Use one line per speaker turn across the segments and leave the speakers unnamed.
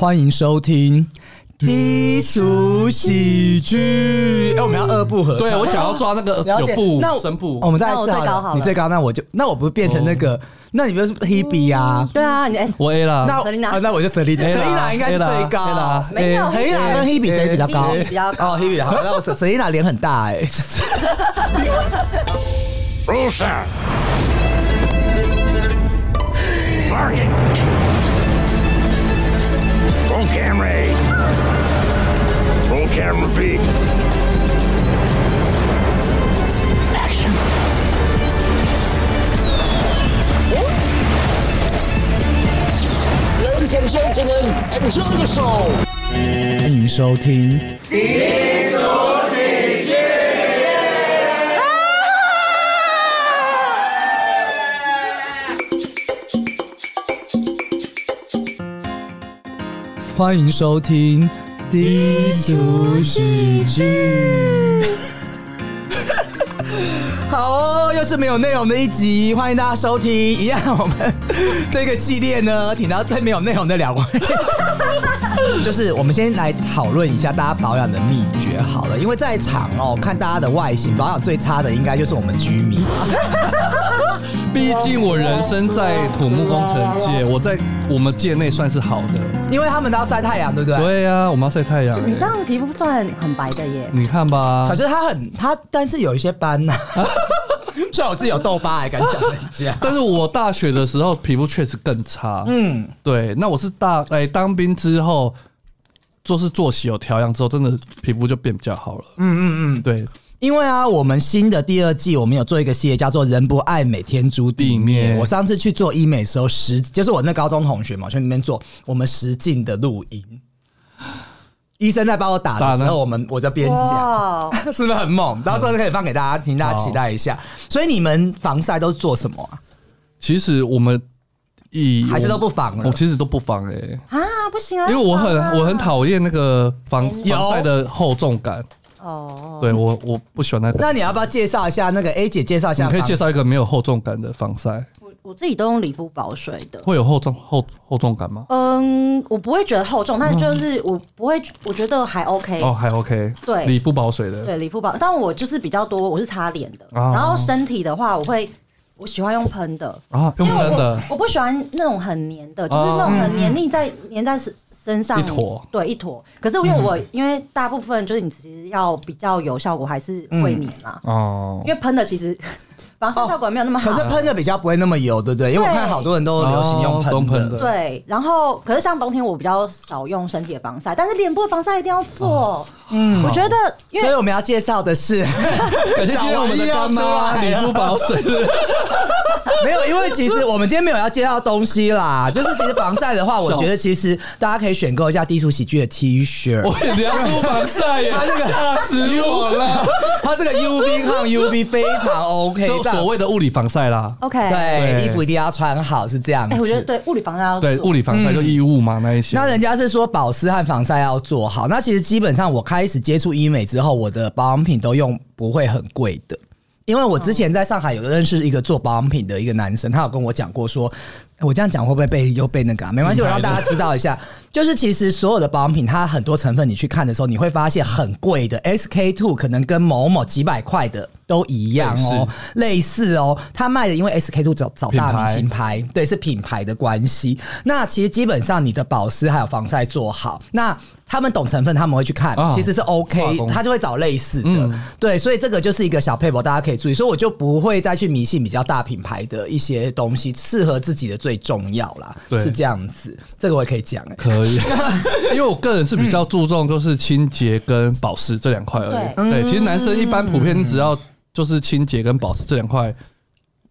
欢迎收听低俗喜剧。哎、我们要二部合唱
对，我想要抓那个
了
有
解。
布
那
声部哦
哦我，们再来一
那我
次
最高
好
好
了。
了
你最高，那我就那我不是变成那个？那你不是 Hebe 啊？
对啊，你 S
嗯我 A 啦。
那
Selina
啊那我就 Selina，Selina 应该是最高
Ella，Ella，。
没有
Ella，
Selina 跟 Hebe 谁比较高？
Hebe 比较高
哦，Hebe 好，那我 Selina 脸很大哎。
Rusa! Margin! Roll camera A. Roll camera B. Action!
Ladies and gentlemen, enjoy the show.
欢迎收听低俗喜剧。欢迎收听低俗喜剧。好哦，又是没有内容的一集，欢迎大家收听。一样，我们这个系列呢，挺到最没有内容的两位。就是我们先来讨论一下大家保养的秘诀好了，因为在场哦，看大家的外形保养最差的应该就是我们居民。
毕竟我人生在土木工程界，我在我们界内算是好的。
因为他们都要晒太阳，对不对？啊
对呀，我们要晒太阳。欸
你这样皮肤算很白的耶。
你看吧。
可，是他很他，但是有一些斑 呐、虽然我自己有痘疤，还敢讲人家
但是我大学的时候皮肤确实更差。
嗯，
对，那我是大哎当兵之后，就是作息有调养之后，真的皮肤就变比较好了。嗯嗯嗯，对，
因为啊，我们新的第二季，我们有做一个系列叫做“人不爱美，天诛地灭”
地灭
我上次去做医美的时候，实就是我那高中同学嘛，去那边做我们实境的录音。医生在帮我打
打
的时
呢
候，我们我在
嗯
边讲。
哇，
是不是很猛？到时候可以放给大家听，大家期待一下。所以你们防晒都是做什么啊？
其实我们以
还是都不防了
我？其实都不防哎、
啊，不行啊，
因为我很我很讨厌那个防
有
防晒的厚重感，
哦，
对我我不喜欢那个。
那你要不要介绍一下那个 A 姐？介绍一下
你
防，
可以介绍一个没有厚重感的防晒，
我我自己都用理肤保水的。
会有厚重厚厚重感吗？
嗯，我不会觉得厚重，但是就是我不会，我觉得还 OK。
嗯哦，还 OK，
对
理肤保水的，
对，理肤保，但我就是比较多，我是擦脸的，
哦
然后身体的话，我会我喜欢用喷的，
啊，用喷的，哦嗯
我不喜欢那种很黏的，就是那种很黏腻在黏在身身上
一坨，嗯
对一坨。可是因为我、因为大部分就是你其实要比较有效果，还是会
嗯
黏啊啦，
哦，
因为喷的其实防晒效果没有那么好。
哦可是喷的比较不会那么油，对不对？因为我
对
看好多人都流行用
哦都
喷
喷
的。
的
对，然后可是像冬天我比较少用身体的防晒，但是脸部的防晒一定要做。嗯，我觉得因
哦所
为
以我们要介绍的 是，
感哎谢今天我们的干
小
妈
玩意
理
要出来了
肤保水，
啊 没有，因为其实我们今天没有要介绍东西 啦。就是其实防晒的话，我觉得其实大家可以选购一下低俗喜剧的 T 恤。
我也聊出防晒耶，吓死 我了。
它这个 UV 抗 UV 非常 OK，
就所谓的物理防晒啦，
哦
OK，哎、
对
对
衣服一定要穿好，是这样子。
我觉得对物理防晒要做
对，物理防晒就衣物嘛那一些
嗯那。人家是说保湿和防晒要做好，那其实基本上我开始接触医美之后，我的保养品都用不会很贵的。因为我之前在上海有认识一个做保养品的一个男生，他有跟我讲过说，我这样讲会不会被又被那个、啊？没关系，我让大家知道一下，就是其实所有的保养品，它很多成分你去看的时候，你会发现很贵的 SK two 可能跟某某几百块的都一样哦，类似哦，他卖的因为 SK two 找找大明星
品牌
牌，对，是品牌的关系。那其实基本上你的保湿还有防晒做好，那他们懂成分，他们会去看，
啊
其实是 OK，
化工嗯
他就会找类似的。对，所以这个就是一个小配博，大家可以注意。所以我就不会再去迷信比较大品牌的一些东西，适合自己的最重要啦，
对
是这样子。这个我也可以讲、欸，
可以，因为我个人是比较注重就是清洁跟保湿这两块而已。对，其实男生一般普遍只要就是清洁跟保湿这两块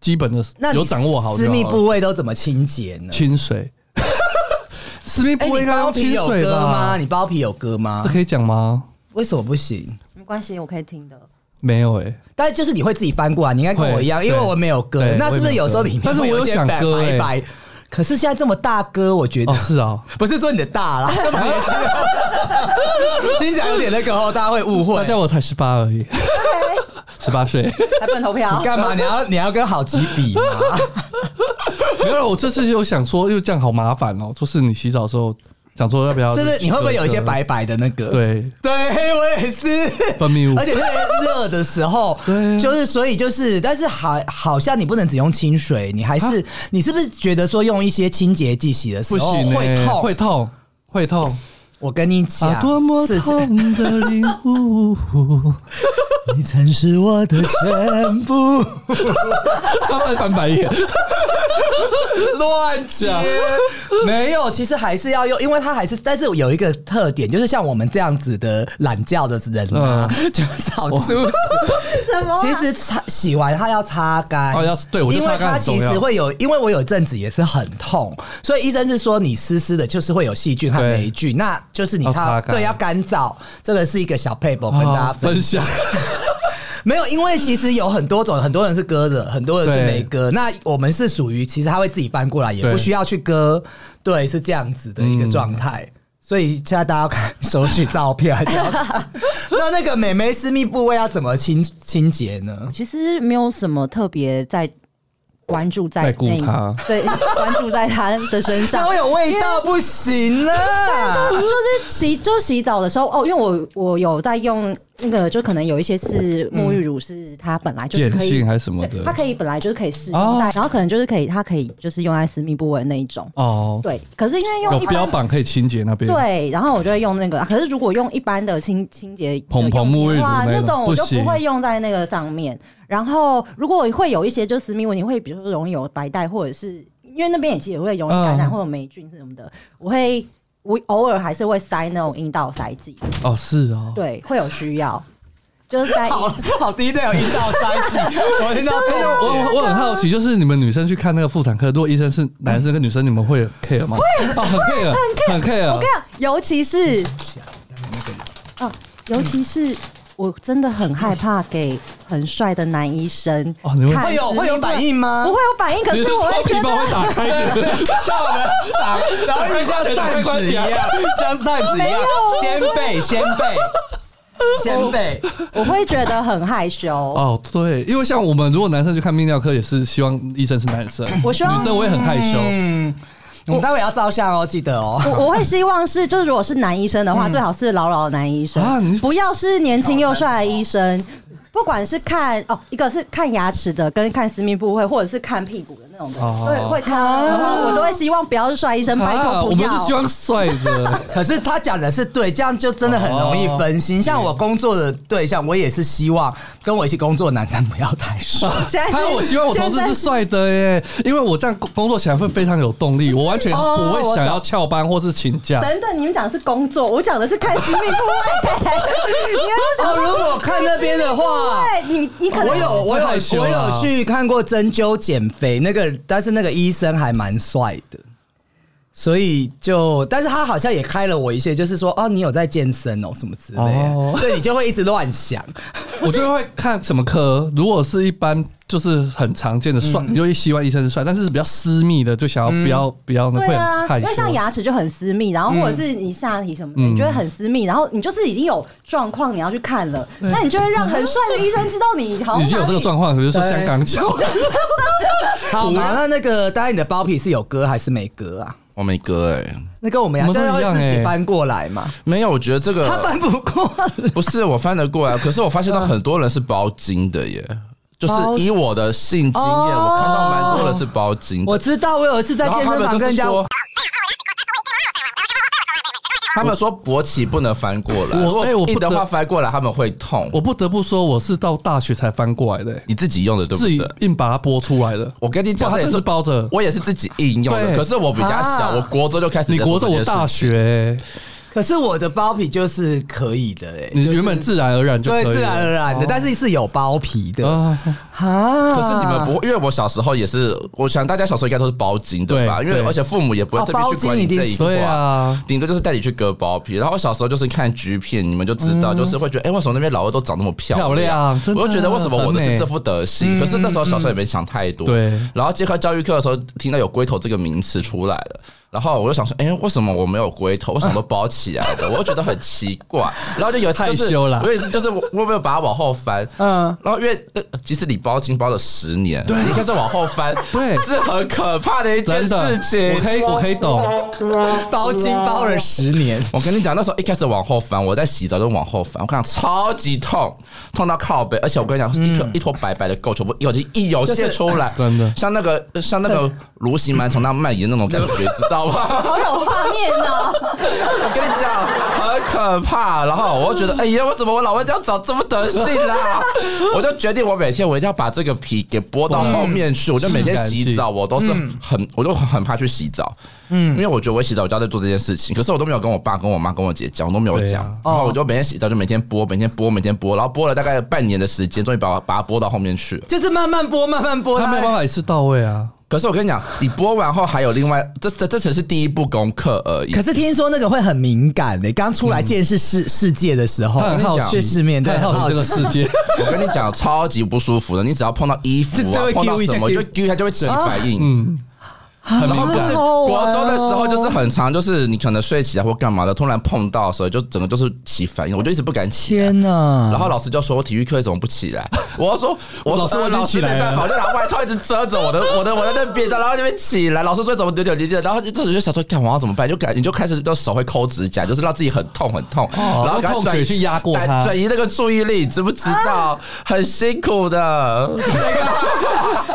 基本的
那你
有掌握好就
私
好了，
密部位都怎么清洁呢？
清水， 私密
哎、
部位
你
应该
包
用
皮
清
有
啊水
割吗？
吧？
你包皮有割吗
这？可以讲吗？
为什么不行？
没关系，我可以听的。
没有哎，
但就是你会自己翻过来，你应该跟我一样，
会
因为我没有割
对。
那是不是有时候里面
但是我
有
有想割
白
欸
白？可是现在这么大割，我觉得
哦是啊，
不是说你的大 啦，这么年轻， 听起来有点那个哦，大家会误会
大。家我才十八而已，十八 岁。
还不能投票
你？干嘛？你要你要跟好奇比 吗？
没有，我这次有想说，又这样好麻烦哦，就是你洗澡的时候想说要不要，
是不是？你会不会有一些白？白的那个？
对，
对，我也是。
分泌物
而且特别热的时候，
对
就是所以就是，但是好，好像你不能只用清水，你还是、你是不是觉得说用一些清洁剂洗的时
啊不
候
行、欸，
会痛？
会痛，会痛
我跟你讲，
啊！多么
是这
痛的领悟，
你曾是我的全部。
他们翻白眼，
乱接，没有，其实还是要用，因为它还是，但是有一个特点，就是像我们这样子的懒觉的人啊，
嗯
就少数死。
什么啊？
其实擦洗完它要擦干，
哦要是对我觉得
因为
擦干
它
很重
其实
要
会有，因为我有一阵子也是很痛，所以医生是说你湿湿的，就是会有细菌和
对
霉菌，那就是你
要
擦
擦干
对要干燥，这个是一个小配博跟大家
啊分
分
享，
没有，因为其实有很多种，很多人是割的，很多人是没割。那我们是属于其实他会自己翻过来，也
对
不需要去割，对，是这样子的一个状态。所以现在大家要看手取照片，还是要看 那那个美眉私密部位要怎么清清洁呢？
其实没有什么特别在关注在
在顾
那
他
对，关注在他的身
它
上
会。有味道，不行 啊！
就是洗就洗澡的时候哦，因为我我有在用那个，就可能有一些是沐浴乳，是它本来就是
碱
可以
性，还是什么
对它
的哦
可以本来就是可以试用在，然后可能就是可以它可以就是用在私密部位那一种。
哦，
对，可是因为
有
用一
标
般
榜可以清洁那边，
对，然后我就会用那个，可是如果用一般的清清洁
蓬蓬沐浴乳
哇，
那种
那种
不
我就
行
不会用在那个上面。然后如果会有一些就是私密问题，会比如说容易有白带，或者是因为那边也其实也会容易感染
嗯
或者霉菌什么的，我会我偶尔还是会塞那种阴道塞 剂，
哦，是哦，
对，会有需要，就 是塞
好好低调，一到三级，我听到真的，
我我我很好奇，就是你们女生去看那个妇产科，如果医生是男生跟女生，你们会 care 吗？哦，很 care，很 care，
我跟你讲，尤其是，哦，尤其是我真的很害怕给很帅的男医生
哦你会
看
会有会有反应吗
不会有反应，可
你
是
是
我
说
会
皮
觉
包
得
会打开的？
笑的打，然后就像扇子一 样，像扇子一样，先背先背先背，
我会觉得很害羞。
哦，对，因为像我们如果男生去看泌尿科，也是希望医生是男生，
我希望
女生我也很害羞。
我们待会要照相哦，记得哦。
我我会希望是，就是如果是男医生的话，最好是老老的男医生
嗯啊你，
不要是年轻又帅的医生。不管是看哦，一个是看牙齿的，跟看私密部位，或者是看屁股的那种的，
哦
对，会看。然后我都会希望不要是帅医生，拜
啊，
托
我
不
们
要。
是希望帅的，
可是他讲的是对，这样就真的很容易分心。像我工作的对象，我也是希望跟我一起工作的男生不要太帅。
现在是
还有我希望我同事是帅的耶，因为我这样工作起来会非常有动力，我完全
哦
不会想要翘班或是请假。
等等，你们讲的是工作，我讲的是看私密部 位。你
哦，如果看那边的话。
们对你，你可能
我 有我有
会害羞
我
啊
有去看过针灸减肥那个，但是那个医生还蛮帅的，所以就，但是他好像也开了我一些，就是说，哦，你有在健身哦，什么之类
哦
的，对你就会一直乱想，
我就会看什么科，如果是一般就是很常见的帅，
嗯
你就会希望医生是帅，但是是比较私密的，就想要不要不要那会
对啊
很，害
因为
羞嗯
像。牙齿就很私密，然后或者是你下体什么的，你觉得很私密，然后你就是已经有状况你要去看了，那你就会让很帅的医生知道你好
你
啊
像
已经有这个状况，比如说香港脚，
好嘛，那那个，当然你的包皮是有割还是没割啊？
我没割哎、
那跟我们一
我
样，
们
就是
都一样
会自
欸
己翻过来嘛。
没有，我觉得这
他
个
翻不过来，
不是我翻得过来，啊 可是我发现到很多人是包金的耶，就是以我的性经验，
哦
我看到蛮多人是包金
我
的，
知道，我有一次在
然后
健
他
身
们
房
就
跟人
是
家，
说。 他们说勃起不能翻过来，
我
如果
哎我不
硬的
得
话翻过来他们会痛。
我不得不说，我是到大学才翻过来的、
你自己用的对不
自己
对？
硬把它剥出来的。
我跟你讲，
哇它
这也
真
是
是包着
我也是自己应用的。
对
可是我比较小，
啊
我国中就开始。
你国着我大，学、
可是我的包皮就是可以的哎、
你原本自然而然就可以
对，
了
自然而然的，但是是有包皮的啊。
啊，
可是你们不会，因为我小时候也是，我想大家小时候应该都是包金对吧？
对
因为
对
而且父母也不会
哦
特别去管你这
包金一定是
一
对
块
啊，
顶多就是带你去割包皮。然后我小时候就是看橘片，你们就知道，就是会觉得，哎，为什么那边老二都长那么漂
嗯漂亮真的
我就觉得为什么我的
很美嗯
是这副德行？可是那时候小时候也没想太多。
对
然后接课教育课的时候，听到有龟头这个名词出来了。然后我就想说，哎、为什么我没有龟头？为什么都包起来的？我就觉得很奇 怪。然后就有一次、就是、
害羞啦
我也是，就是我我没有把它往后翻，嗯，然后因为、呃、其实你包巾包了十年，对，你看再往后翻，
对
是很可怕的一件
真的
事，情。
我可以，我可以懂，
包金包了十年，
我跟你讲，那时候一开始往后翻，我在洗澡就往后翻，我跟你讲超级痛，痛到靠背，而且我跟你讲，
嗯
一坨、一坨白白的垢，全部有一有泄出来，
真的
像那个像那个蠕形螨从那蔓延那 种感觉，知道吗？
好有画面哦！
我跟你讲，很可怕。然后我就觉得，哎呀，为什么我老外这样长这么德性啦？ 我就决定，我每天我一定要把这个皮给剥到后面去。我就每天洗澡，我都是很，我就很怕去洗澡，嗯，因为我觉得我洗澡我就要在做这件事情，可是我都没有跟我爸、跟我妈、跟我姐讲，我都没有
对啊
讲。然后我就每天洗澡，就每天剥，每天剥，每天剥，然后剥了大概半年的时间，终于把我把它剥到后面去了。
就是慢慢播，慢慢播，
他没有办法一次到位啊。
可是我跟你讲，你剥完后还有另外，这这这只是第一步功课而已
可。是听说那个会很敏感的、刚出来见识世、世界的时候，
他很好奇
见世面，对，
太好
很
奇这个世界，
我跟你讲，超级不舒服的。你只要碰到衣服
是就
啊
会，
碰到
揪一下啊
什么
揪
就揪一下就会起反应。
嗯，很
然后
敏
不
感
是。
好
国
玩哦
中的时候，就是很长，就是你可能睡起来或干嘛的，突然碰到的时候，就整个就是起反应，我就一直不敢起来。
天哪！
然后老师就说我体育课怎么不起来？ 我就说我
嗯老师
呃
我已经
老
起来
没办
了
法，我就拿外套一直遮着我的我的我的那边，然后就边起来。老师说怎么丢丢丢丢，然后就这时候就想说干我要怎么办？就感你就开始就手会抠指甲，就是让自己很痛很痛，然后
用
赶快
哦痛
转移
觉去压过
转
它
转移那个注意力，知不知道？很辛 苦的。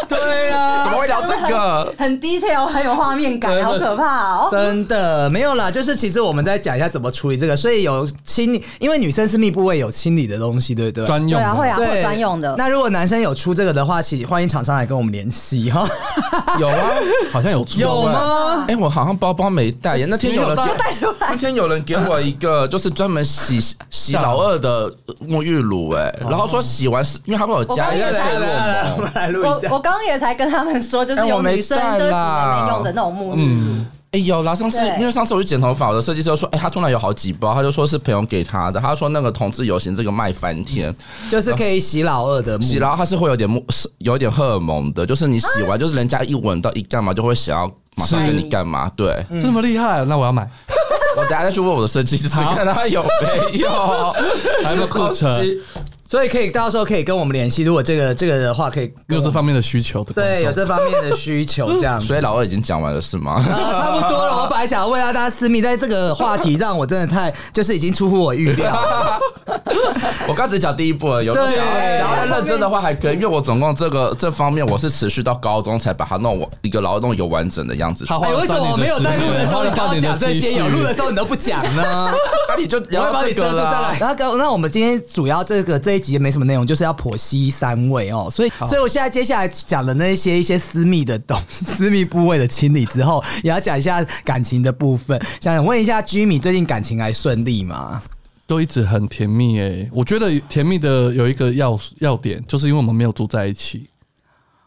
对啊，
怎么会聊这个？
很 detail，很有画面
真
感，
的
好可怕哦！
真的没有啦，就是其实我们在讲一下怎么处理这个，所以有清理，因为女生私密部位有清理的东西，对不对？
专
对
用
啊，会
的，
啊，会有专用的。
那如果男生有出这个的话，请欢迎厂商来跟我们联系哈。
有啊，
好像有出
有吗？
哎、我好像包包没带耶。那天有人给
你有带出来
那天有人给我一个，就是专门洗洗老二的沐浴乳、哎，然后说洗完是，因为它会有加一些
我
费
刚刚也
洛
我
蒙
们。来录
我
一下
我。刚刚也才跟他们说，就是
哎
有
我没
女生
带
就是洗
啦
妹妹用的那种沐浴
嗯
乳，
哎、有啦，上次
对
因为上次我去剪头发，我的设计师就说，哎、他突然有好几包，他就说是朋友给他的，他说那个同志游行这个卖翻天，
就是可以洗老二的木
洗，然后它是会有点木，是有点荷尔蒙的，就是你洗完，就是人家一闻到一干嘛就会想要马上跟你干嘛，对。
这么厉害，啊那我要买，
我等下再去问我的设计师，
好
看他有没有。
还有没有库存，
所以可以到时候可以跟我们联系。如果这个这个的话，可以跟
有
我
这
们
方面的需求的，
对有，这方面的需求 这样子。
啊所以老二已经讲完了是吗？
啊，差不多了。我本来想要问一下大家私密，但是这个话题让我真的太就是已经出乎我预料了。
我刚只讲第一步了，有
对
想要想要认真的话还可以，因为我总共这个这方面我是持续到高中才把它弄完一个劳动有完整的样子出
他
来。
花
哎、
了
为什
三
么
年
我没有在录的时候你刚刚讲这些，有录的时候你都不讲呢？
那你就
我
聊
要把
到
你
这
遮
个
住再
啦
来。。然后跟那我们今天主要这个这一集也没什么内容，就是要剖析三位哦。所以，所以我现在接下来讲的那些一些私密的东 私密部位的清理之后，也要讲一下感情的部分。想问一下 Jimmy，最近感情还顺利吗？
都一直很甜蜜诶、我觉得甜蜜的有一个要要点，就是因为我们没有住在一起，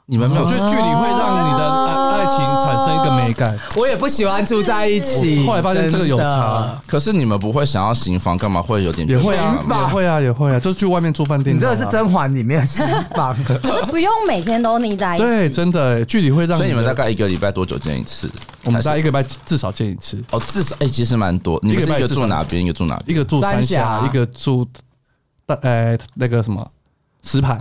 你们没
我
有
觉
就
得距离会让你的爱爱情产生一个美感。
我也不喜欢住在一起，
我后来发现这个有
真的
差。
可是你们不会想要行房，干嘛会有点
也会啊，
吧
也会啊，也会啊，就是去外面住饭店
你
就
这
好
个
了。
是《甄嬛》里面的新房。
就不用每天都腻在一起。
对，真的、欸，距离会让
所以你们
的
大概一个礼拜多久见一次？
我们
还是
大概一个礼拜至少见一次，
哦，至少哎，其实蛮多。你们是
一个礼
一
拜
个
至少
住哪边，一个住哪
一
边？
个住
三
三
峡
峡，一个住大呃那个什么石牌，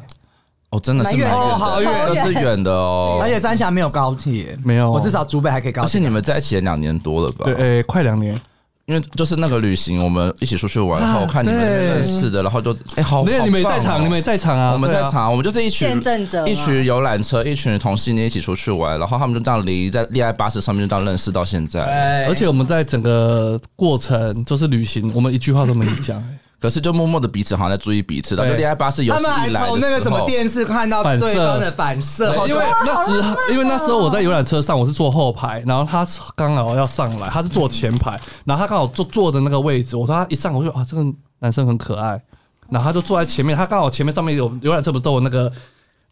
哦，真的是蛮远
蛮远
的，
哦好远
这
啊
是远的 哦。
哎
而且三峡没有高铁，
没有
我至少竹北还可以高
而且
铁。
你们在一起也两年多了吧？
对，呃、快两年，
因为就是那个旅行，我们一起出去玩，然后我看你们
啊对
认识的，然后就哎、好，
没有
好
你们也在
棒哦
场，你们也在场啊，
我们
对
在
啊
场，我们就是一群
见证者嘛
一群游览车，一群同性恋一起出去玩，然后他们就这样离在恋爱巴士上面就这样认识到现在。
哎
而且我们在整个过程就是旅行，我们一句话都没讲、欸
可是就默默的彼此好像在注意彼此，然后
对
就恋爱巴士有
他
史
们还
以来
从
的
那个
时
什么
候，
电视看到
反射
对方的反射，
因为那时候，因为那时候我在游览车上，我是坐后排，然后他刚好要上来，他是坐前排，然后他刚好坐坐的那个位置，我说他一上来我就啊，这个男生很可爱，然后他就坐在前面，他刚好前面上面有游览车不是都有那个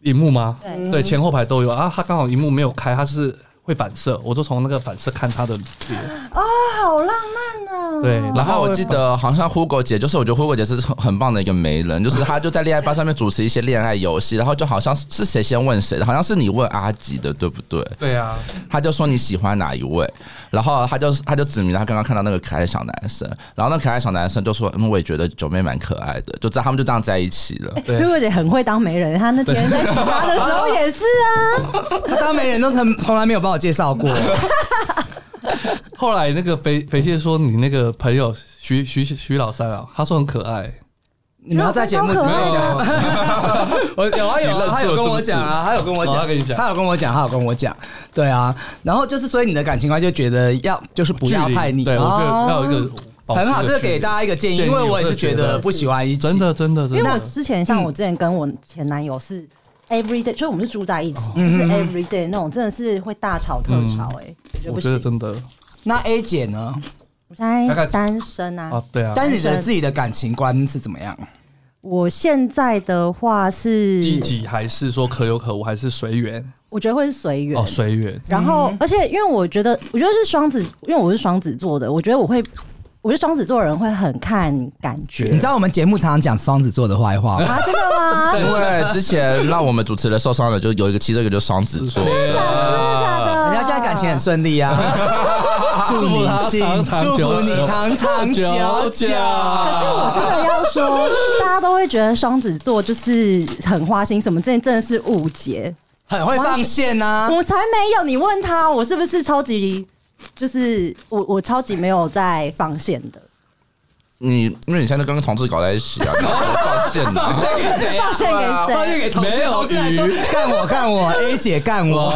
荧幕吗？对，前后排都有啊，他刚好荧幕没有开，他是会反射，我就从那个反射看他的脸。
好浪漫哦。
对，
然后我
会
记得好像呼狗姐，就是我觉得呼狗姐是很很棒的一个媒人，就是她就在恋爱吧上面主持一些恋爱游戏，然后就好像是是谁先问谁的，好像是你问阿吉的，对不对？
对啊，
他就说你喜欢哪一位，然后他就他就指明他刚刚看到那个可爱的小男生，然后那可爱的小男生就说，嗯，我也觉得九妹蛮可爱的，就这样他们就这样在一起 了。
对
瑞慧姐很会当媒人，她那天在洗发的时候也是啊，
他当媒人都从从来没有把我介绍 过，
后来那个肥肥蟹说你那个朋友徐徐徐老三啊，他说很可爱，
你们要在节目里面
没有
讲。 我有啊有
哦你认错
啊，他有跟我
是不是
讲啊，他有跟我讲，
哦他跟你讲
他有跟我讲，他有跟我讲，对啊。然后就是，所以你的感情观就觉得要就是不要
距离
太腻，
对我觉得
哦
要有一个保持
很好，这个
距离
给大家一个建议，
建议
因为我也是觉
我
得
是
不喜欢一起，
真的真的真
因为我
的，
之前像我之前跟我前男友是 every day，就是我们是住在一起，就是 every day 那种，真的是会大吵特吵哎，觉
我
不
觉得真
行。
的
那 A 姐呢？
啊
我现
大概
在单身啊
啊，，对啊，
但是你的自己的感情观是怎么样？
我现在的话是
积极还是说可有可无，还是随缘
我觉得会是随缘
哦，随缘。
然后，而且因为我觉得，我觉得是双子，因为我是双子座的，我觉得我会，我觉得双子座的人会很看感觉
你知道我们节目常常讲双子座的坏话吗？
啊，真的吗？
因为之前让我们主持人受伤了，就有一个其中一个就是双子座，
真的假的？
人家现在感情很顺利啊， 祝你幸
祝他长长
祝
久
福你
久
长长久久
久。久
真的要说，大家都会觉得双子座就是很花心，什么这真的是误解。
很会放线啊呐、
我才没有，你问他，我是不是超级，就是我我超级没有在放线的，
你因为你现在跟同志搞在一起啊，你发现了。
放给谁啊
抱歉给
放
谁？
线给同事
没有
同事来说
鱼
干我干我 A 姐干 我，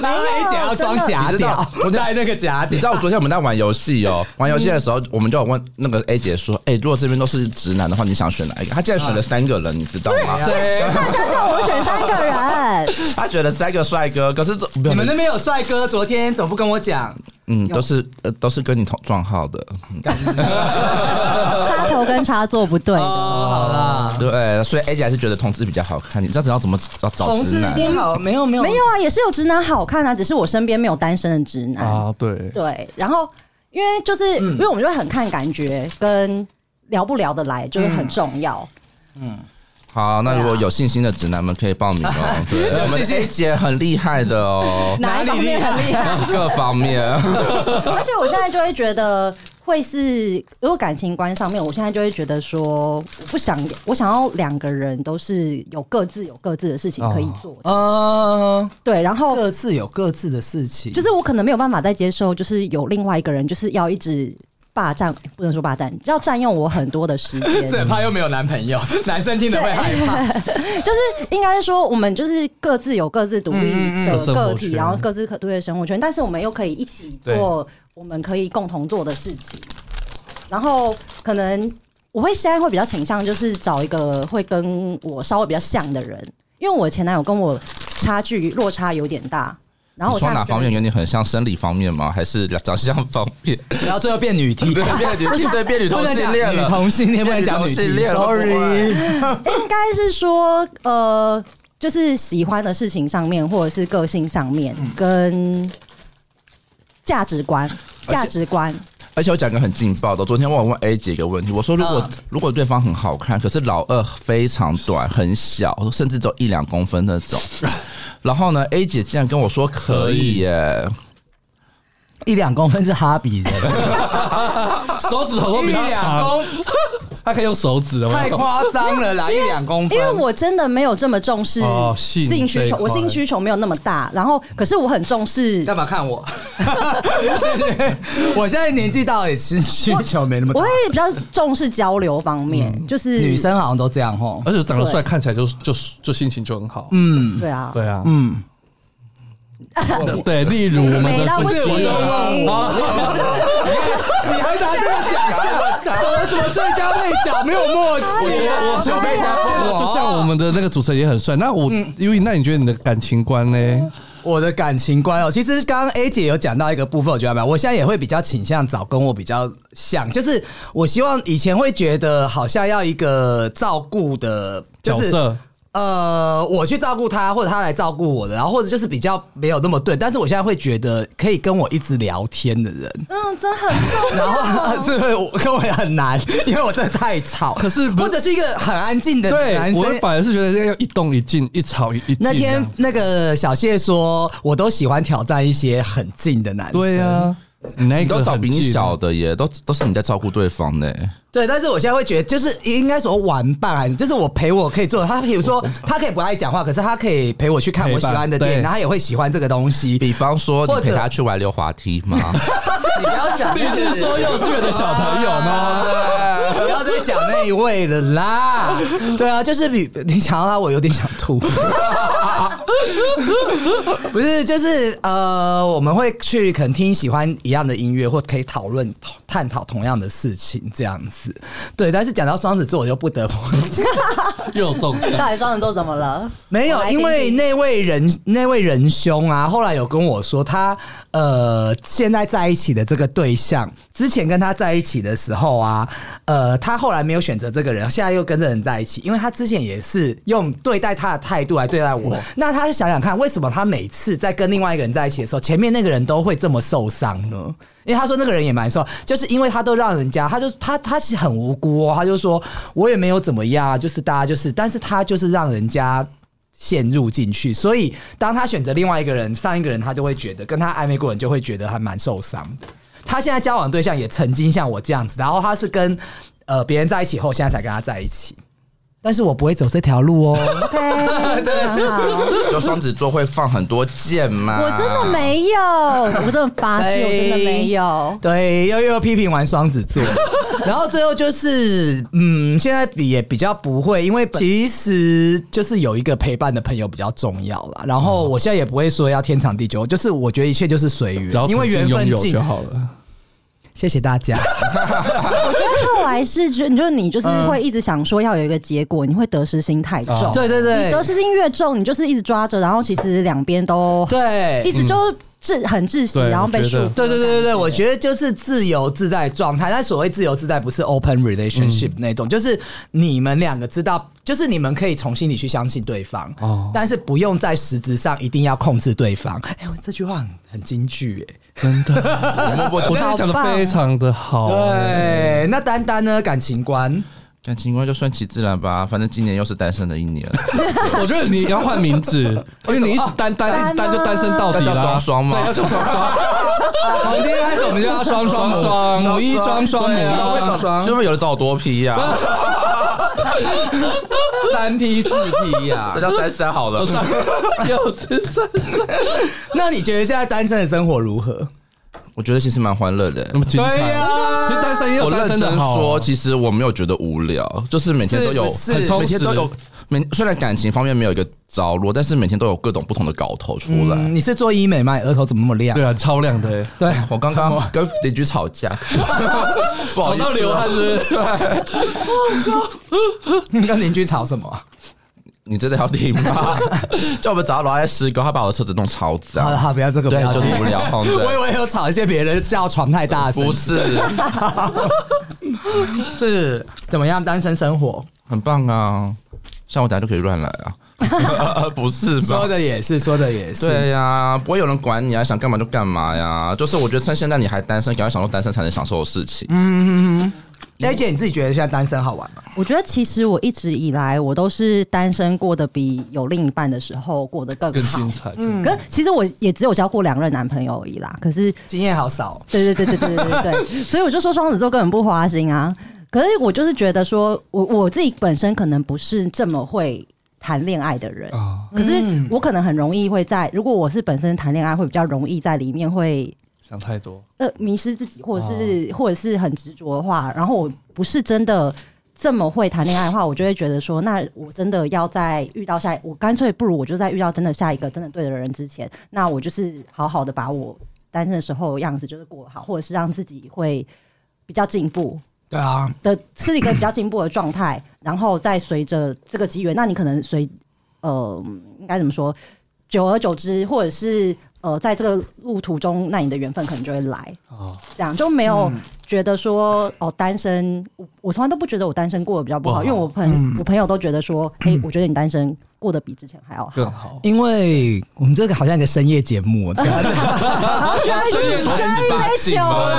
然后 A 姐要装假屌
真的你知道，我
戴那个假屌
你知。道我昨天我们在玩游戏哦，玩游戏的时候，我们就有问那个 A 姐说：“哎，如果这边都是直男的话，你想选哪一个？”她竟然选了三个人，你知道吗？
大家叫我选三个人，
她选了三个帅哥，可是这
你们那边有帅哥，昨天怎么不跟我讲？
嗯都是呃都是跟你同撞号的， 嗯
插头跟插座不对的。
哦好啦，
对，所以 A 姐还是觉得同志比较好看。你知道怎样怎么找找
同
直
事一
男？
定好，没有没有
没有啊，也是有直男好看啊，只是我身边没有单身的直男。
啊，对，
对，然后因为就是、因为我们就会很看感觉跟聊不聊得来，就是很重要。
好，那如果
啊
有信心的直男们可以报名 哦。对，我们 A 姐很厉害的哦，
哪一方面很厉害？
各 方面。
而且我现在就会觉得。会是如果感情观上面，我现在就会觉得说，我不想，我想要两个人都是有各自有各自的事情可以做的，
呃，
对。然后
各自有各自的事情，
就是我可能没有办法再接受，就是有另外一个人就是要一直霸占，不能说霸占，要占用我很多的时间。
是很怕又没有男朋友， 男生听了会害怕。
就是应该说，我们就是各自有各自独立的
生活
个体，
圈
然后各自可独立的生活圈，但是我们又可以一起做我们可以共同做的事情。然后可能我会现在会比较倾向，就是找一个会跟我稍微比较像的人，因为我前男友跟我差距落差有点大。然后
你
我
说
现在
哪方面跟你很像？生理方面吗？还是长相方面？
然后最后变女 T，啊
对，变女对变女同性恋
女
了，
同性恋不能讲女 T
变女同性恋了会不
sorry
会。
应该是说，呃，就是喜欢的事情上面，或者是个性上面，
嗯
跟价值观、
而且
价值观。
而且我讲一个很劲爆的，昨天我有问 A 姐一个问题，我说如果、
嗯
如果对方很好看，可是老二非常短很小，甚至只有一两公分那 种，然后呢，A 姐竟然跟我说可以耶，
一两公分是哈比人，
手指头都比
一
他
两
长，
公
他可以用手指的，
太夸张了啦，一两公分。
因为我真的没有这么重视
哦性
性需
这
求，
一块
我性需求没有那么大，然后可是我很重视，
干嘛看 我？我现在年纪大了，也是需求没那么大
我会。比较重视交流方面，就是
女生好像都这样吼，
而且长得帅，看起来就就就心情就很好。
嗯
对啊，
对啊，嗯，对，例如我们
美
的
到不
主
行
持
哎
人，
你还拿这个奖项，什么什么最佳配角，没有默契啊！
小妹她
就像我们的那个主持人也很帅。那我，
嗯
因为那你觉得你的感情观呢？
我的感情观哦，其实刚刚 A 姐有讲到一个部分，我觉得蛮，我现在也会比较倾向找跟我比较像，就是我希望以前会觉得好像要一个照顾的
角。
就是
色
呃，我去照顾他，或者他来照顾我的，然后或者就是比较没有那么对，但是我现在会觉得可以跟我一直聊天的 人，
嗯，真很重
然后 是不是我跟我也很难，因为我真的太吵。
可是不
或者是一个很安静的
对
男生
我，反而是觉得要一动一静，一草一静这样。
那天那个小谢说，我都喜欢挑战一些很近的男生。
对啊，你那
你
个
都找
很
比你
近啊
小的耶，都都是你在照顾对 方呢。
对，但是我现在会觉得，就是应该说玩伴还是，就是我陪我可以 做。他比如说，他可以不爱讲话，可是他可以陪我去看我喜欢的电影，
陪伴对
然后他也会喜欢这个东 西。
比方说，
或
你
者
陪他去玩溜滑梯吗？
你不要讲，
你是说幼稚园的小朋友吗？
不要再讲那一位了啦。 对啊，就是比你讲到他，我有点想吐。 不是，就是呃，我们会去可能听喜欢一样的音乐，或可以讨论探讨同样的事情这样子。对，但是讲到双子座，我就不得不
又中
要。
奖，
到底双子座怎么了？
没
我
有，
来听
因
听
为那位仁那位仁兄啊，后来有跟我说他，呃现在在一起的这个对象，之前跟他在一起的时候啊，呃，他后来没有选择这个人，现在又跟这人在一起，因为他之前也是用对待他的态度来对待
哦
我。那他想想看，为什么他每次在跟另外一个人在一起的时候，前面那个人都会这么受伤呢？因为他说那个人也蛮受，就是因为他都让人家，他就他他是很无辜哦，他就说我也没有怎么样啊，就是大家就是，但是他就是让人家陷入进去，所以当他选择另外一个人，上一个人他就会觉得跟他暧昧过的人就会觉得还蛮受伤的。他现在交往对象也曾经像我这样子，然后他是跟呃别人在一起后，现在才跟他在一起。但是我不会走这条路 哦，
对，很好。
就双子座会放很多箭吗？
我真的。没有，我真的发誓，我真的没
哎
有。
对，又又哎批评完双子座，然后最后就是，嗯，现在比也比较不会，因为其实就是有一个陪伴的朋友比较重要啦。然后我现在也不会说要天长地久，就是我觉得一切就是随
只要
缘，因为
曾经
缘
拥
分
有
尽
就。好了。
谢谢大家。
我觉得后来是，就你就是你就是会一直想说要有一个结果，你会得失心太重。
哦对对对
你得失心越重，你就是一直抓着，然后其实两边都
对
一直就是窒很窒息，
嗯对
然后被
我觉
束
得
缚。
对对对对对，我觉得就是自由自在的状态。但所谓自由自在，不是 open relationship 那种，就是你们两个知道，就是你们可以从心里去相信对方，
哦
但是不用在实质上一定要控制对方。哎、我这句话很很金句哎、
我我
我
我
觉得
在
你讲
讲
的非常的好，
哦对，那丹丹呢？感情观
感情观就顺其自然吧，反正今年又是单身的一 年，
我觉得你要换名 字，因为你一直单单一直单就单身到底
要叫
啦。
双双吗
对，要叫双双。
从今天开始我们就 要双双双
双
母一双双母
对
一双
啊
是
双
不是有人找我多批啊呀？
三 P 四 P 呀
那。叫三三好了，
又是三，
那你觉得现在单身的生活如何？
我觉得其实蛮欢乐的。
那么精彩。
啊
其实单身也有
我
单
认
身
真哦
的好
说，其实我没有觉得无聊，就是每天都有，
是不是很
充
每天都
实
有。每虽然感情方面没有一个着落，但是每天都有各种不同的搞头出来。
嗯，你是做医美吗？你额头怎么那么亮
对？啊，超亮的欸，
对，
我刚刚跟邻居吵架， 不好
吵
意思啊
到流汗是不是？
你 跟邻居吵什么啊？
你真的要听吗？ 叫我们找到楼下施工，他把我车子弄超
好了，
脏，
好，不要这个，不
对
要，这
就
个
是无聊。
我以为有吵一些别人叫床太大声
不，是，
是怎么样单身生活？
很棒啊！像我等下就可以乱来啊， 不是吧
说？的也是，说的也是。
对呀、不会有人管你啊，想干嘛就干嘛呀。就是我觉得趁现在你还单身，赶快享受单身才能享受的事情。嗯，
A 哎姐，你自己觉得现在单身好玩吗？
我觉得其实我一直以来我都是单身过得比有另一半的时候过得更
更
好嗯
精。彩。
嗯
可是其实我也只有交过两任男朋友而已啦。可是
经验好
哦
少，
对对对对对对对对，所以我就说双子座根本不花心啊。可是我就是觉得说，我我自己本身可能不是这么会谈恋爱的人，
啊
可是我可能很容易会在，如果我是本身谈恋爱，会比较容易在里面会
想太多，
呃迷失自己，或者是、或者是很执着的话，然后我不是真的这么会谈恋爱的话，我就会觉得说，那我真的要在遇到下，我干脆不如我就在遇到真的下一个真的对的人之前，那我就是好好的把我单身的时候的样子就是过好，或者是让自己会比较进步，
对啊，
的是一个比较进步的状态，然后再随着这个机缘，那你可能随呃应该怎么说，久而久之，或者是呃，在这个路途中，那你的缘分可能就会来。
哦，
这样就没有觉得说、哦单身，我我从来都不觉得我单身过得比较不
不
好，
好
因为我朋、我朋友都觉得说，哎、我觉得你单身过得比之前还要好。
更好。
因为我们这个好像一个深夜节目哦，这个
深夜从十八禁吗？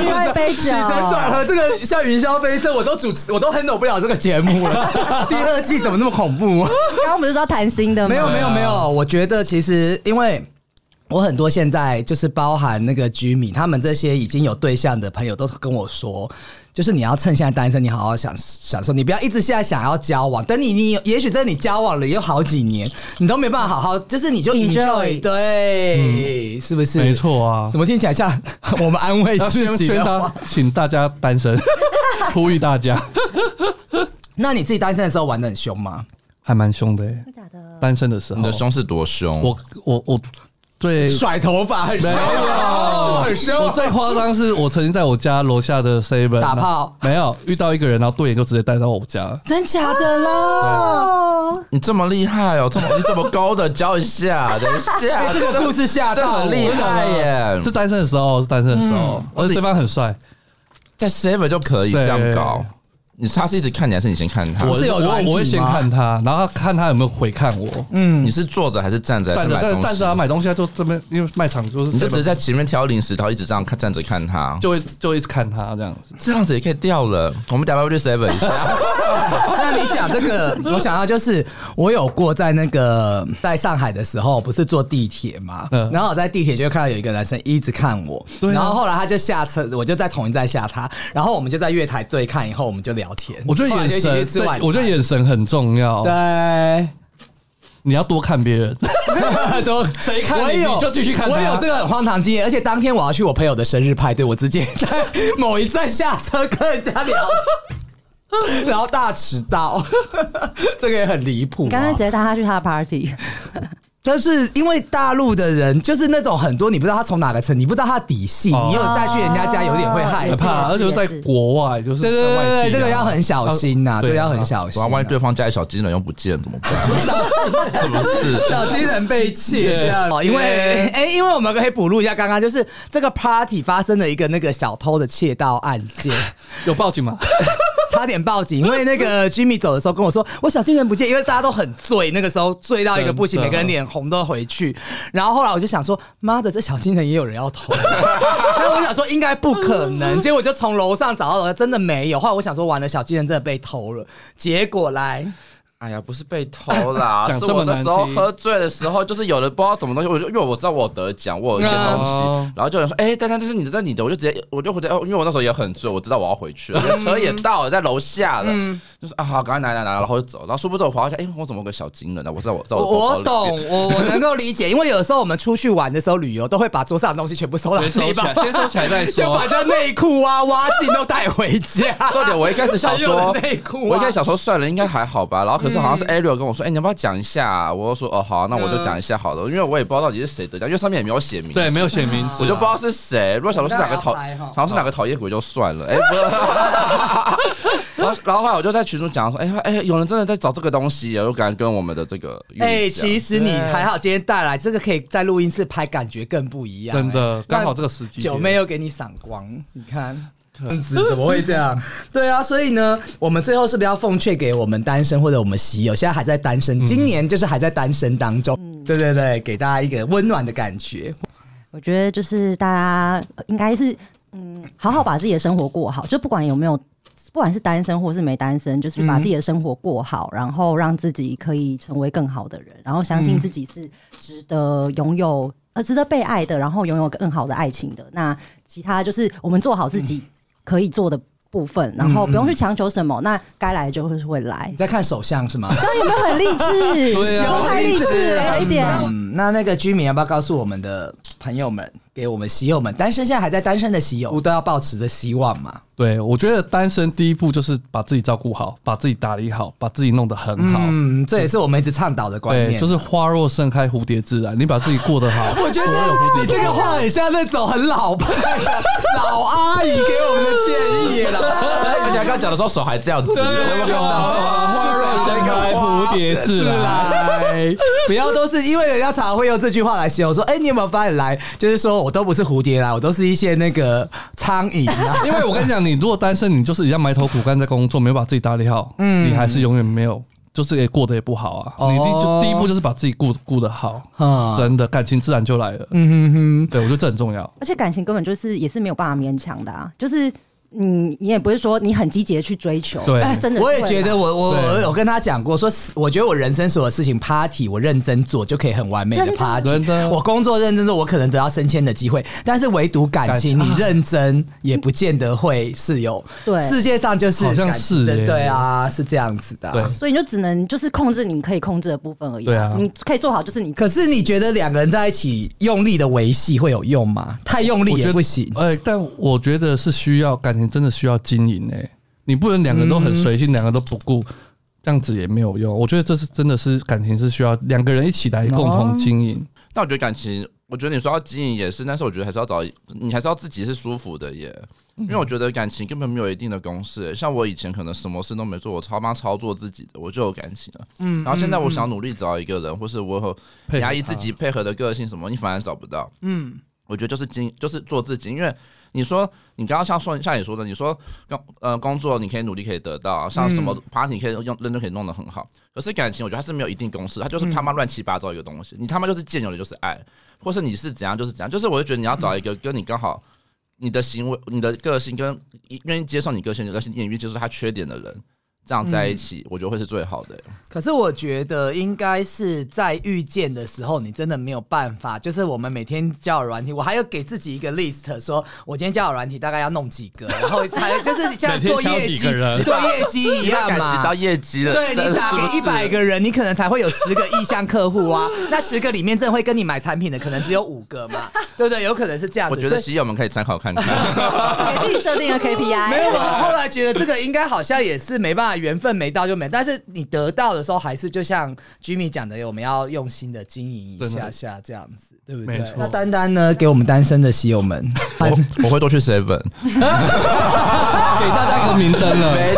另外一杯酒，
转和这个像云霄飞车，我都主持，我都 handle 不了这个节目 了。第二季怎么那么恐怖？
刚刚不是说谈心的吗？
没有没有没有，我觉得其实因为。我很多现在就是包含那个居民，他们这些已经有对象的朋友都跟我说，就是你要趁现在单身，你好好享享受，你不要一直现在想要交往，等你你也许在你交往了有好几年，你都没办法好好，就是你就 enjoy，
Enjoy
对，是不是？
没错啊
怎么听起来像我们安 慰
要
自
先
己啊
劝
的
他
话？，
请大家单 身，呼吁大家，
那你自己单身的时候玩的很凶吗？
还蛮凶的、欸。
假的，
单身的时候，
你的胸是多凶？
我我我最
甩头发很凶，啊很凶，啊
我最夸张是我曾经在我家楼下的 seven
打炮，
没有遇到一个人，然后对眼就直接带到我家。
真假的啦？
你这么厉害哦，这么你怎么勾的？教一下，等一下，
这个故事吓
这
到我
很厉害耶
是！单身的时候，是单身的时候，
嗯
而且对方很帅，
在 Seven 就可以这样
对
搞。你他是一直看你，还是你先看他？
我
哦是有
我
软体
我会先
吗嗯
看他，然后看他有没有回看我，
你是坐着还是站着？还
站
是
着
买东
站
西
站着啊，买东西啊，就这边因为卖场就是
你就只
7-Eleven
是在前面挑零食，然后一直这样看站着看他，
就会就一直看他这样子。
这样子也可以掉了。我们打包去 Seven 一下。
哦那你讲这个，我想到就是我有过在那个在上海的时候，不是坐地铁嘛，
嗯
然后我在地铁就看到有一个男生一直看我，
对啊
然后后来他就下车，我就在同一站下他，然后我们就在月台对看，以后我们就聊天，
我觉得
后来就
眼
一起去
神，
吃
对
晚餐
我觉得眼神很重要。
对，
你要多看别人，
都
谁看你
我也有
你就继续看他
我有这个很荒唐经验，而且当天我要去我朋友的生日派对，我直接 在某一站下车跟人家聊天然后大迟到， 这个也很离谱啊。
你刚才直接带他去他的 party，
但是因为大陆的人就是那种很多你不知道他从哪个层，你不知道他的底细，
哦
你有带去人家家有点会害
也
很
是
怕。
怕，而且又在国外，就是
对对
在
对对
外地
对，
啊
这个要很小心呐，
啊
这个要
对啊
很小心
然
啊。
后万一对方家里小金人又不见怎么办？是不是？
小金人被窃这样哦，因为哎，因为我们可以补录一下刚刚就是这个 party 发生了一个那个小偷的窃盗案件，
有报警吗？
差点报警，因为那 个 Jimmy 走的时候跟我说，我小金人不见，因为大家都很醉，那个时候醉到一个不行，
真的
每个人脸红都回去。然后后来我就想说，妈的，这小金人也有人要
，
偷，所以我想说应该不可能，结果就从楼上找到楼下，真的没有。后来我想说，完了，小金人真的被偷了。结果来，
哎呀，不是被偷啦
讲
是
这么
我那
难
时候
听
喝醉的时候，就是有人不知道什么东西，我就因为我知道我得奖，我有一些东西，
哦
然后就有人说，哎、丹丹，这是你的，这是你的，我就直接我就回家，哦因为我那时候也很醉，我知道我要回去了，车也到了，在楼下了，就是啊，好，赶快拿拿拿，然后就走，然后殊不知我滑下去，哎、我怎么有个小金人呢、我知道我知道
我
我
我懂，我我能够理解，因为有时候我们出去玩的时候，旅游都会把桌上的东西全部收到
先收
地
起来，
方，
先收起来 再
就把
说。
这内裤啊、蛙镜都带回家。
重点，我一开始想
还有
说
我的内裤啊
我一开始想说算了，应该还好吧。然后可是好像是 Ariel 跟我说，哎、你要不要讲一下、啊？我就说哦好啊，那我就讲一下好了，因为我也不知道到底是谁得奖，因为上面也没有写名字，
对，没有写名字，啊
我就不知道是谁。如果想说是哪个讨，
那还要拍哈
好像是哪个讨厌鬼就算了。哎、不是然后然后后来我就在群中讲说，哎、哎、有人真的在找这个东西耶，我敢跟我们的这个玉
哎、
米讲
其实你还好，今天带来这个可以在录音室拍，感觉更不一样、
真的
哎
刚好这个时机
九妹又给你赏光，你看。怎么会这样？ 对啊，所以呢，我们最后是不是要奉劝给我们单身或者我们喜友，现在还在单
嗯
身，今年就是还在单身当中，
嗯
对对对，给大家一个温暖的感觉。
我觉得就是大家呃应该是嗯，好好把自己的生活过好，就不管有没有，不管是单身或是没单身，就是把自己的生活过好，然后让自己可以成为更好的人，然后相信自己是值得拥有。呃，值得被爱的，然后拥有更好的爱情的。那其他就是我们做好自己可以做的部分，然后不用去强求什么。那该来就会会来
你，在看手相是吗？
有没有很励 志？
对啊
有太励志了，有一点。
嗯，那那个居民要不要告诉我们的朋友们，给我们喜友们，单身现在还在单身的喜友，都要抱持着希望嘛？
对，我觉得单身第一步就是把自己照顾好，把自己打理好，把自己弄得很好。
嗯，这也是我们一直倡导的观
对，
念，
就是花若盛开，蝴蝶自来。你把自己过得好，
我觉得
所有蝴
你
蝶
这个话很像那种很老派的老阿姨给我们的建议耶，老 阿
而且他刚讲的时候手还这样子，有没有看
花
到
若盛开，蝴蝶自来。
姨。谁，不要都是因为人家常常会用这句话来形容说，哎、你有没有发现来，就是说我都不是蝴蝶啦，我都是一些那个苍蝇 啦。
因为我跟你讲，你如果单身，你就是一样埋头苦干在工作，没有把自己打理好，嗯，你还是永远没有，就是也过得也不好啊。
哦
你第就第一步就是把自己顾顾得好，
嗯
真的感情自然就来了。
嗯哼哼，
对，我觉得这很重要。
而且感情根本就是也是没有办法勉强的啊，就是嗯，你也不是说你很积极的去追求，
对
是真的是
我
会
也
啦，
觉得我我我
对
有跟他讲过，说是我觉得我人生所有事情 party 我认真做就可以很完美的
真的
party，
真的
我工作认真做，我可能得到升迁的机会，但是唯独感情
感
你认真也不见得会是有。
对
世界上就是
好像
感情
是
真
耶
对啊，是这样子的啊、
对，
所以你就只能就是控制你可以控制的部分而已、
对啊
你可以做好就是你
可是你觉得两个人在一起用力的维系会有用吗？太用力
我觉
也
得
不行。
哎、但我觉得是需要感情，真的需要经营哎、你不能两个
嗯
都很随性，两、个都不顾，这样子也没有用。我觉得这是真的是感情是需要两个人一起来共
哦
同经营。
但我觉得感情，我觉得你说要经营也是，但是我觉得还是要找你，还是要自己是舒服的耶。因为我觉得感情根本没有一定的公式耶，像我以前可能什么事都没做，我超妈操作自己的，我就有感情了。嗯，然后现在我想努力找一个人，或是我
配合
有压抑
他
自己配合的个性什么，你反而找不到。嗯，我觉得就是经就是做自己，因为你说你刚刚像说像你说的，你说工呃工作你可以努力可以得到，像什么
嗯
party 你可以用认真可以弄得很好，可是感情我觉得它是没有一定公式，它就是他
嗯
妈乱七八糟一个东西，你他妈就是见有的就是爱，或是你是怎样就是怎样，就是我就觉得你要找一个
嗯
跟你刚好。你的行为、你的个性跟愿意接受你个性的个性，你也愿意接受他缺点的人，这样在一
嗯
起，我觉得会是最好的、
可是我觉得应该是在遇见的时候，你真的没有办法。就是我们每天交友软体，我还要给自己一个 list，说我今天交友软体大概要弄几个，然后才就是像
每天
做
挑
业
几
绩
个人
做业绩一
因为
样
感情到
嘛。
业绩了，
对
真
你
的
打
是不
给一
是
百个人，你可能才会有十个意向 客户啊。那十个里面真的会跟你买产品的，可能只有五个嘛，对不对？有可能是这样子。
我觉
所
得
以
喜友们可以参考 看看。
给自己设定的 KPI，
没有啊吧？后来觉得这个应该好像也是没办法，缘分没到就没。但是你得到的时候，还是就像 Jimmy 讲的，我们要用心的经营一下下这样子，对不对
没错？
那丹丹呢？给我们单身的喜 友们，
我我会多去 seven，
给大家一个明 灯了，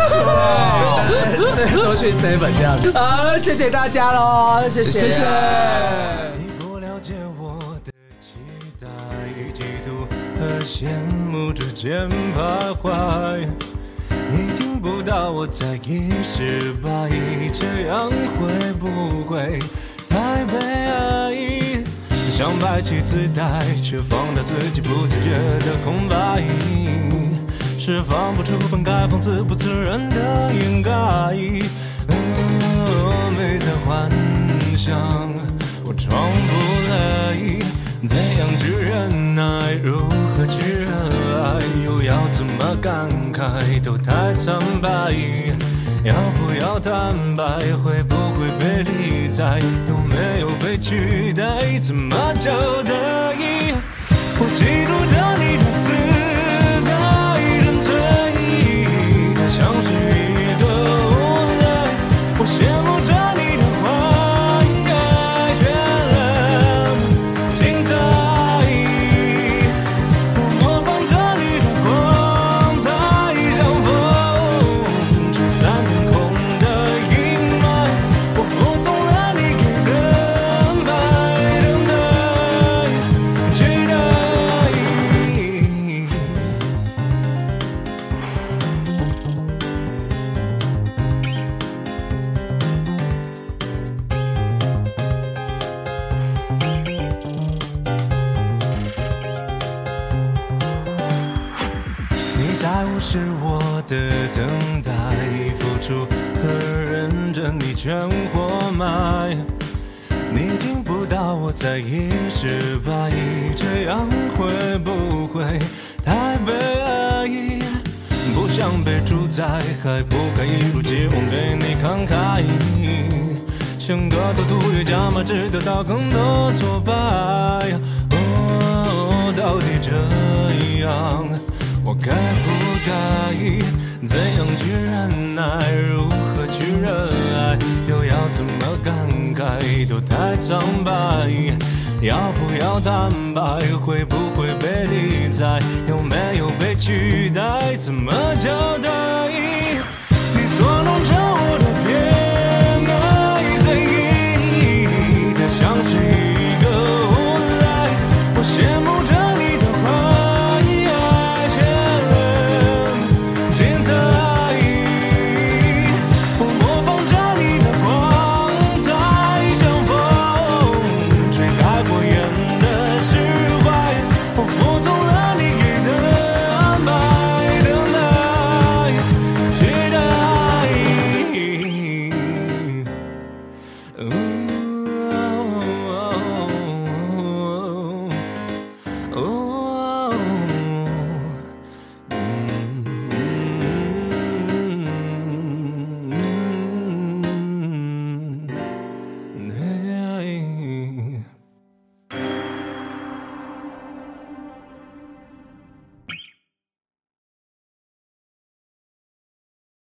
都去 seven 这样子。好，谢谢大家喽，谢谢。
你不了解我的期待，与嫉妒和羡慕之间徘徊。你听不到我在意失败，这样会不会太悲哀？想摆起姿态，却放大自己不自觉的空白，释放不出本该放肆不自然的掩盖。嗯没在幻想，我装不来，怎样去忍耐，如何去热爱，又要怎么感慨，都太苍白。要不要坦白，会不会被理睬，都没有被取代，怎么交代？我嫉妒着你的自在，纯粹，它像是一个无赖。我羡慕着你的花开绚烂精彩，我模仿着你的光彩，让风吹散天空的阴霾。我服从了你给的安排，等待，期待。你在无视我的等待，付出和认真你全活埋。你听不到我在意失败，这样会不会太悲哀？不想被主宰，还不敢一如既往对你慷慨。像个赌徒越加码，只得到更多挫败。哦，到底这样，我该不该？怎样去忍耐，如何去热爱，又要怎么感慨，都太苍白。要不要坦白，会不会被理睬，有没有被取代，怎么交代？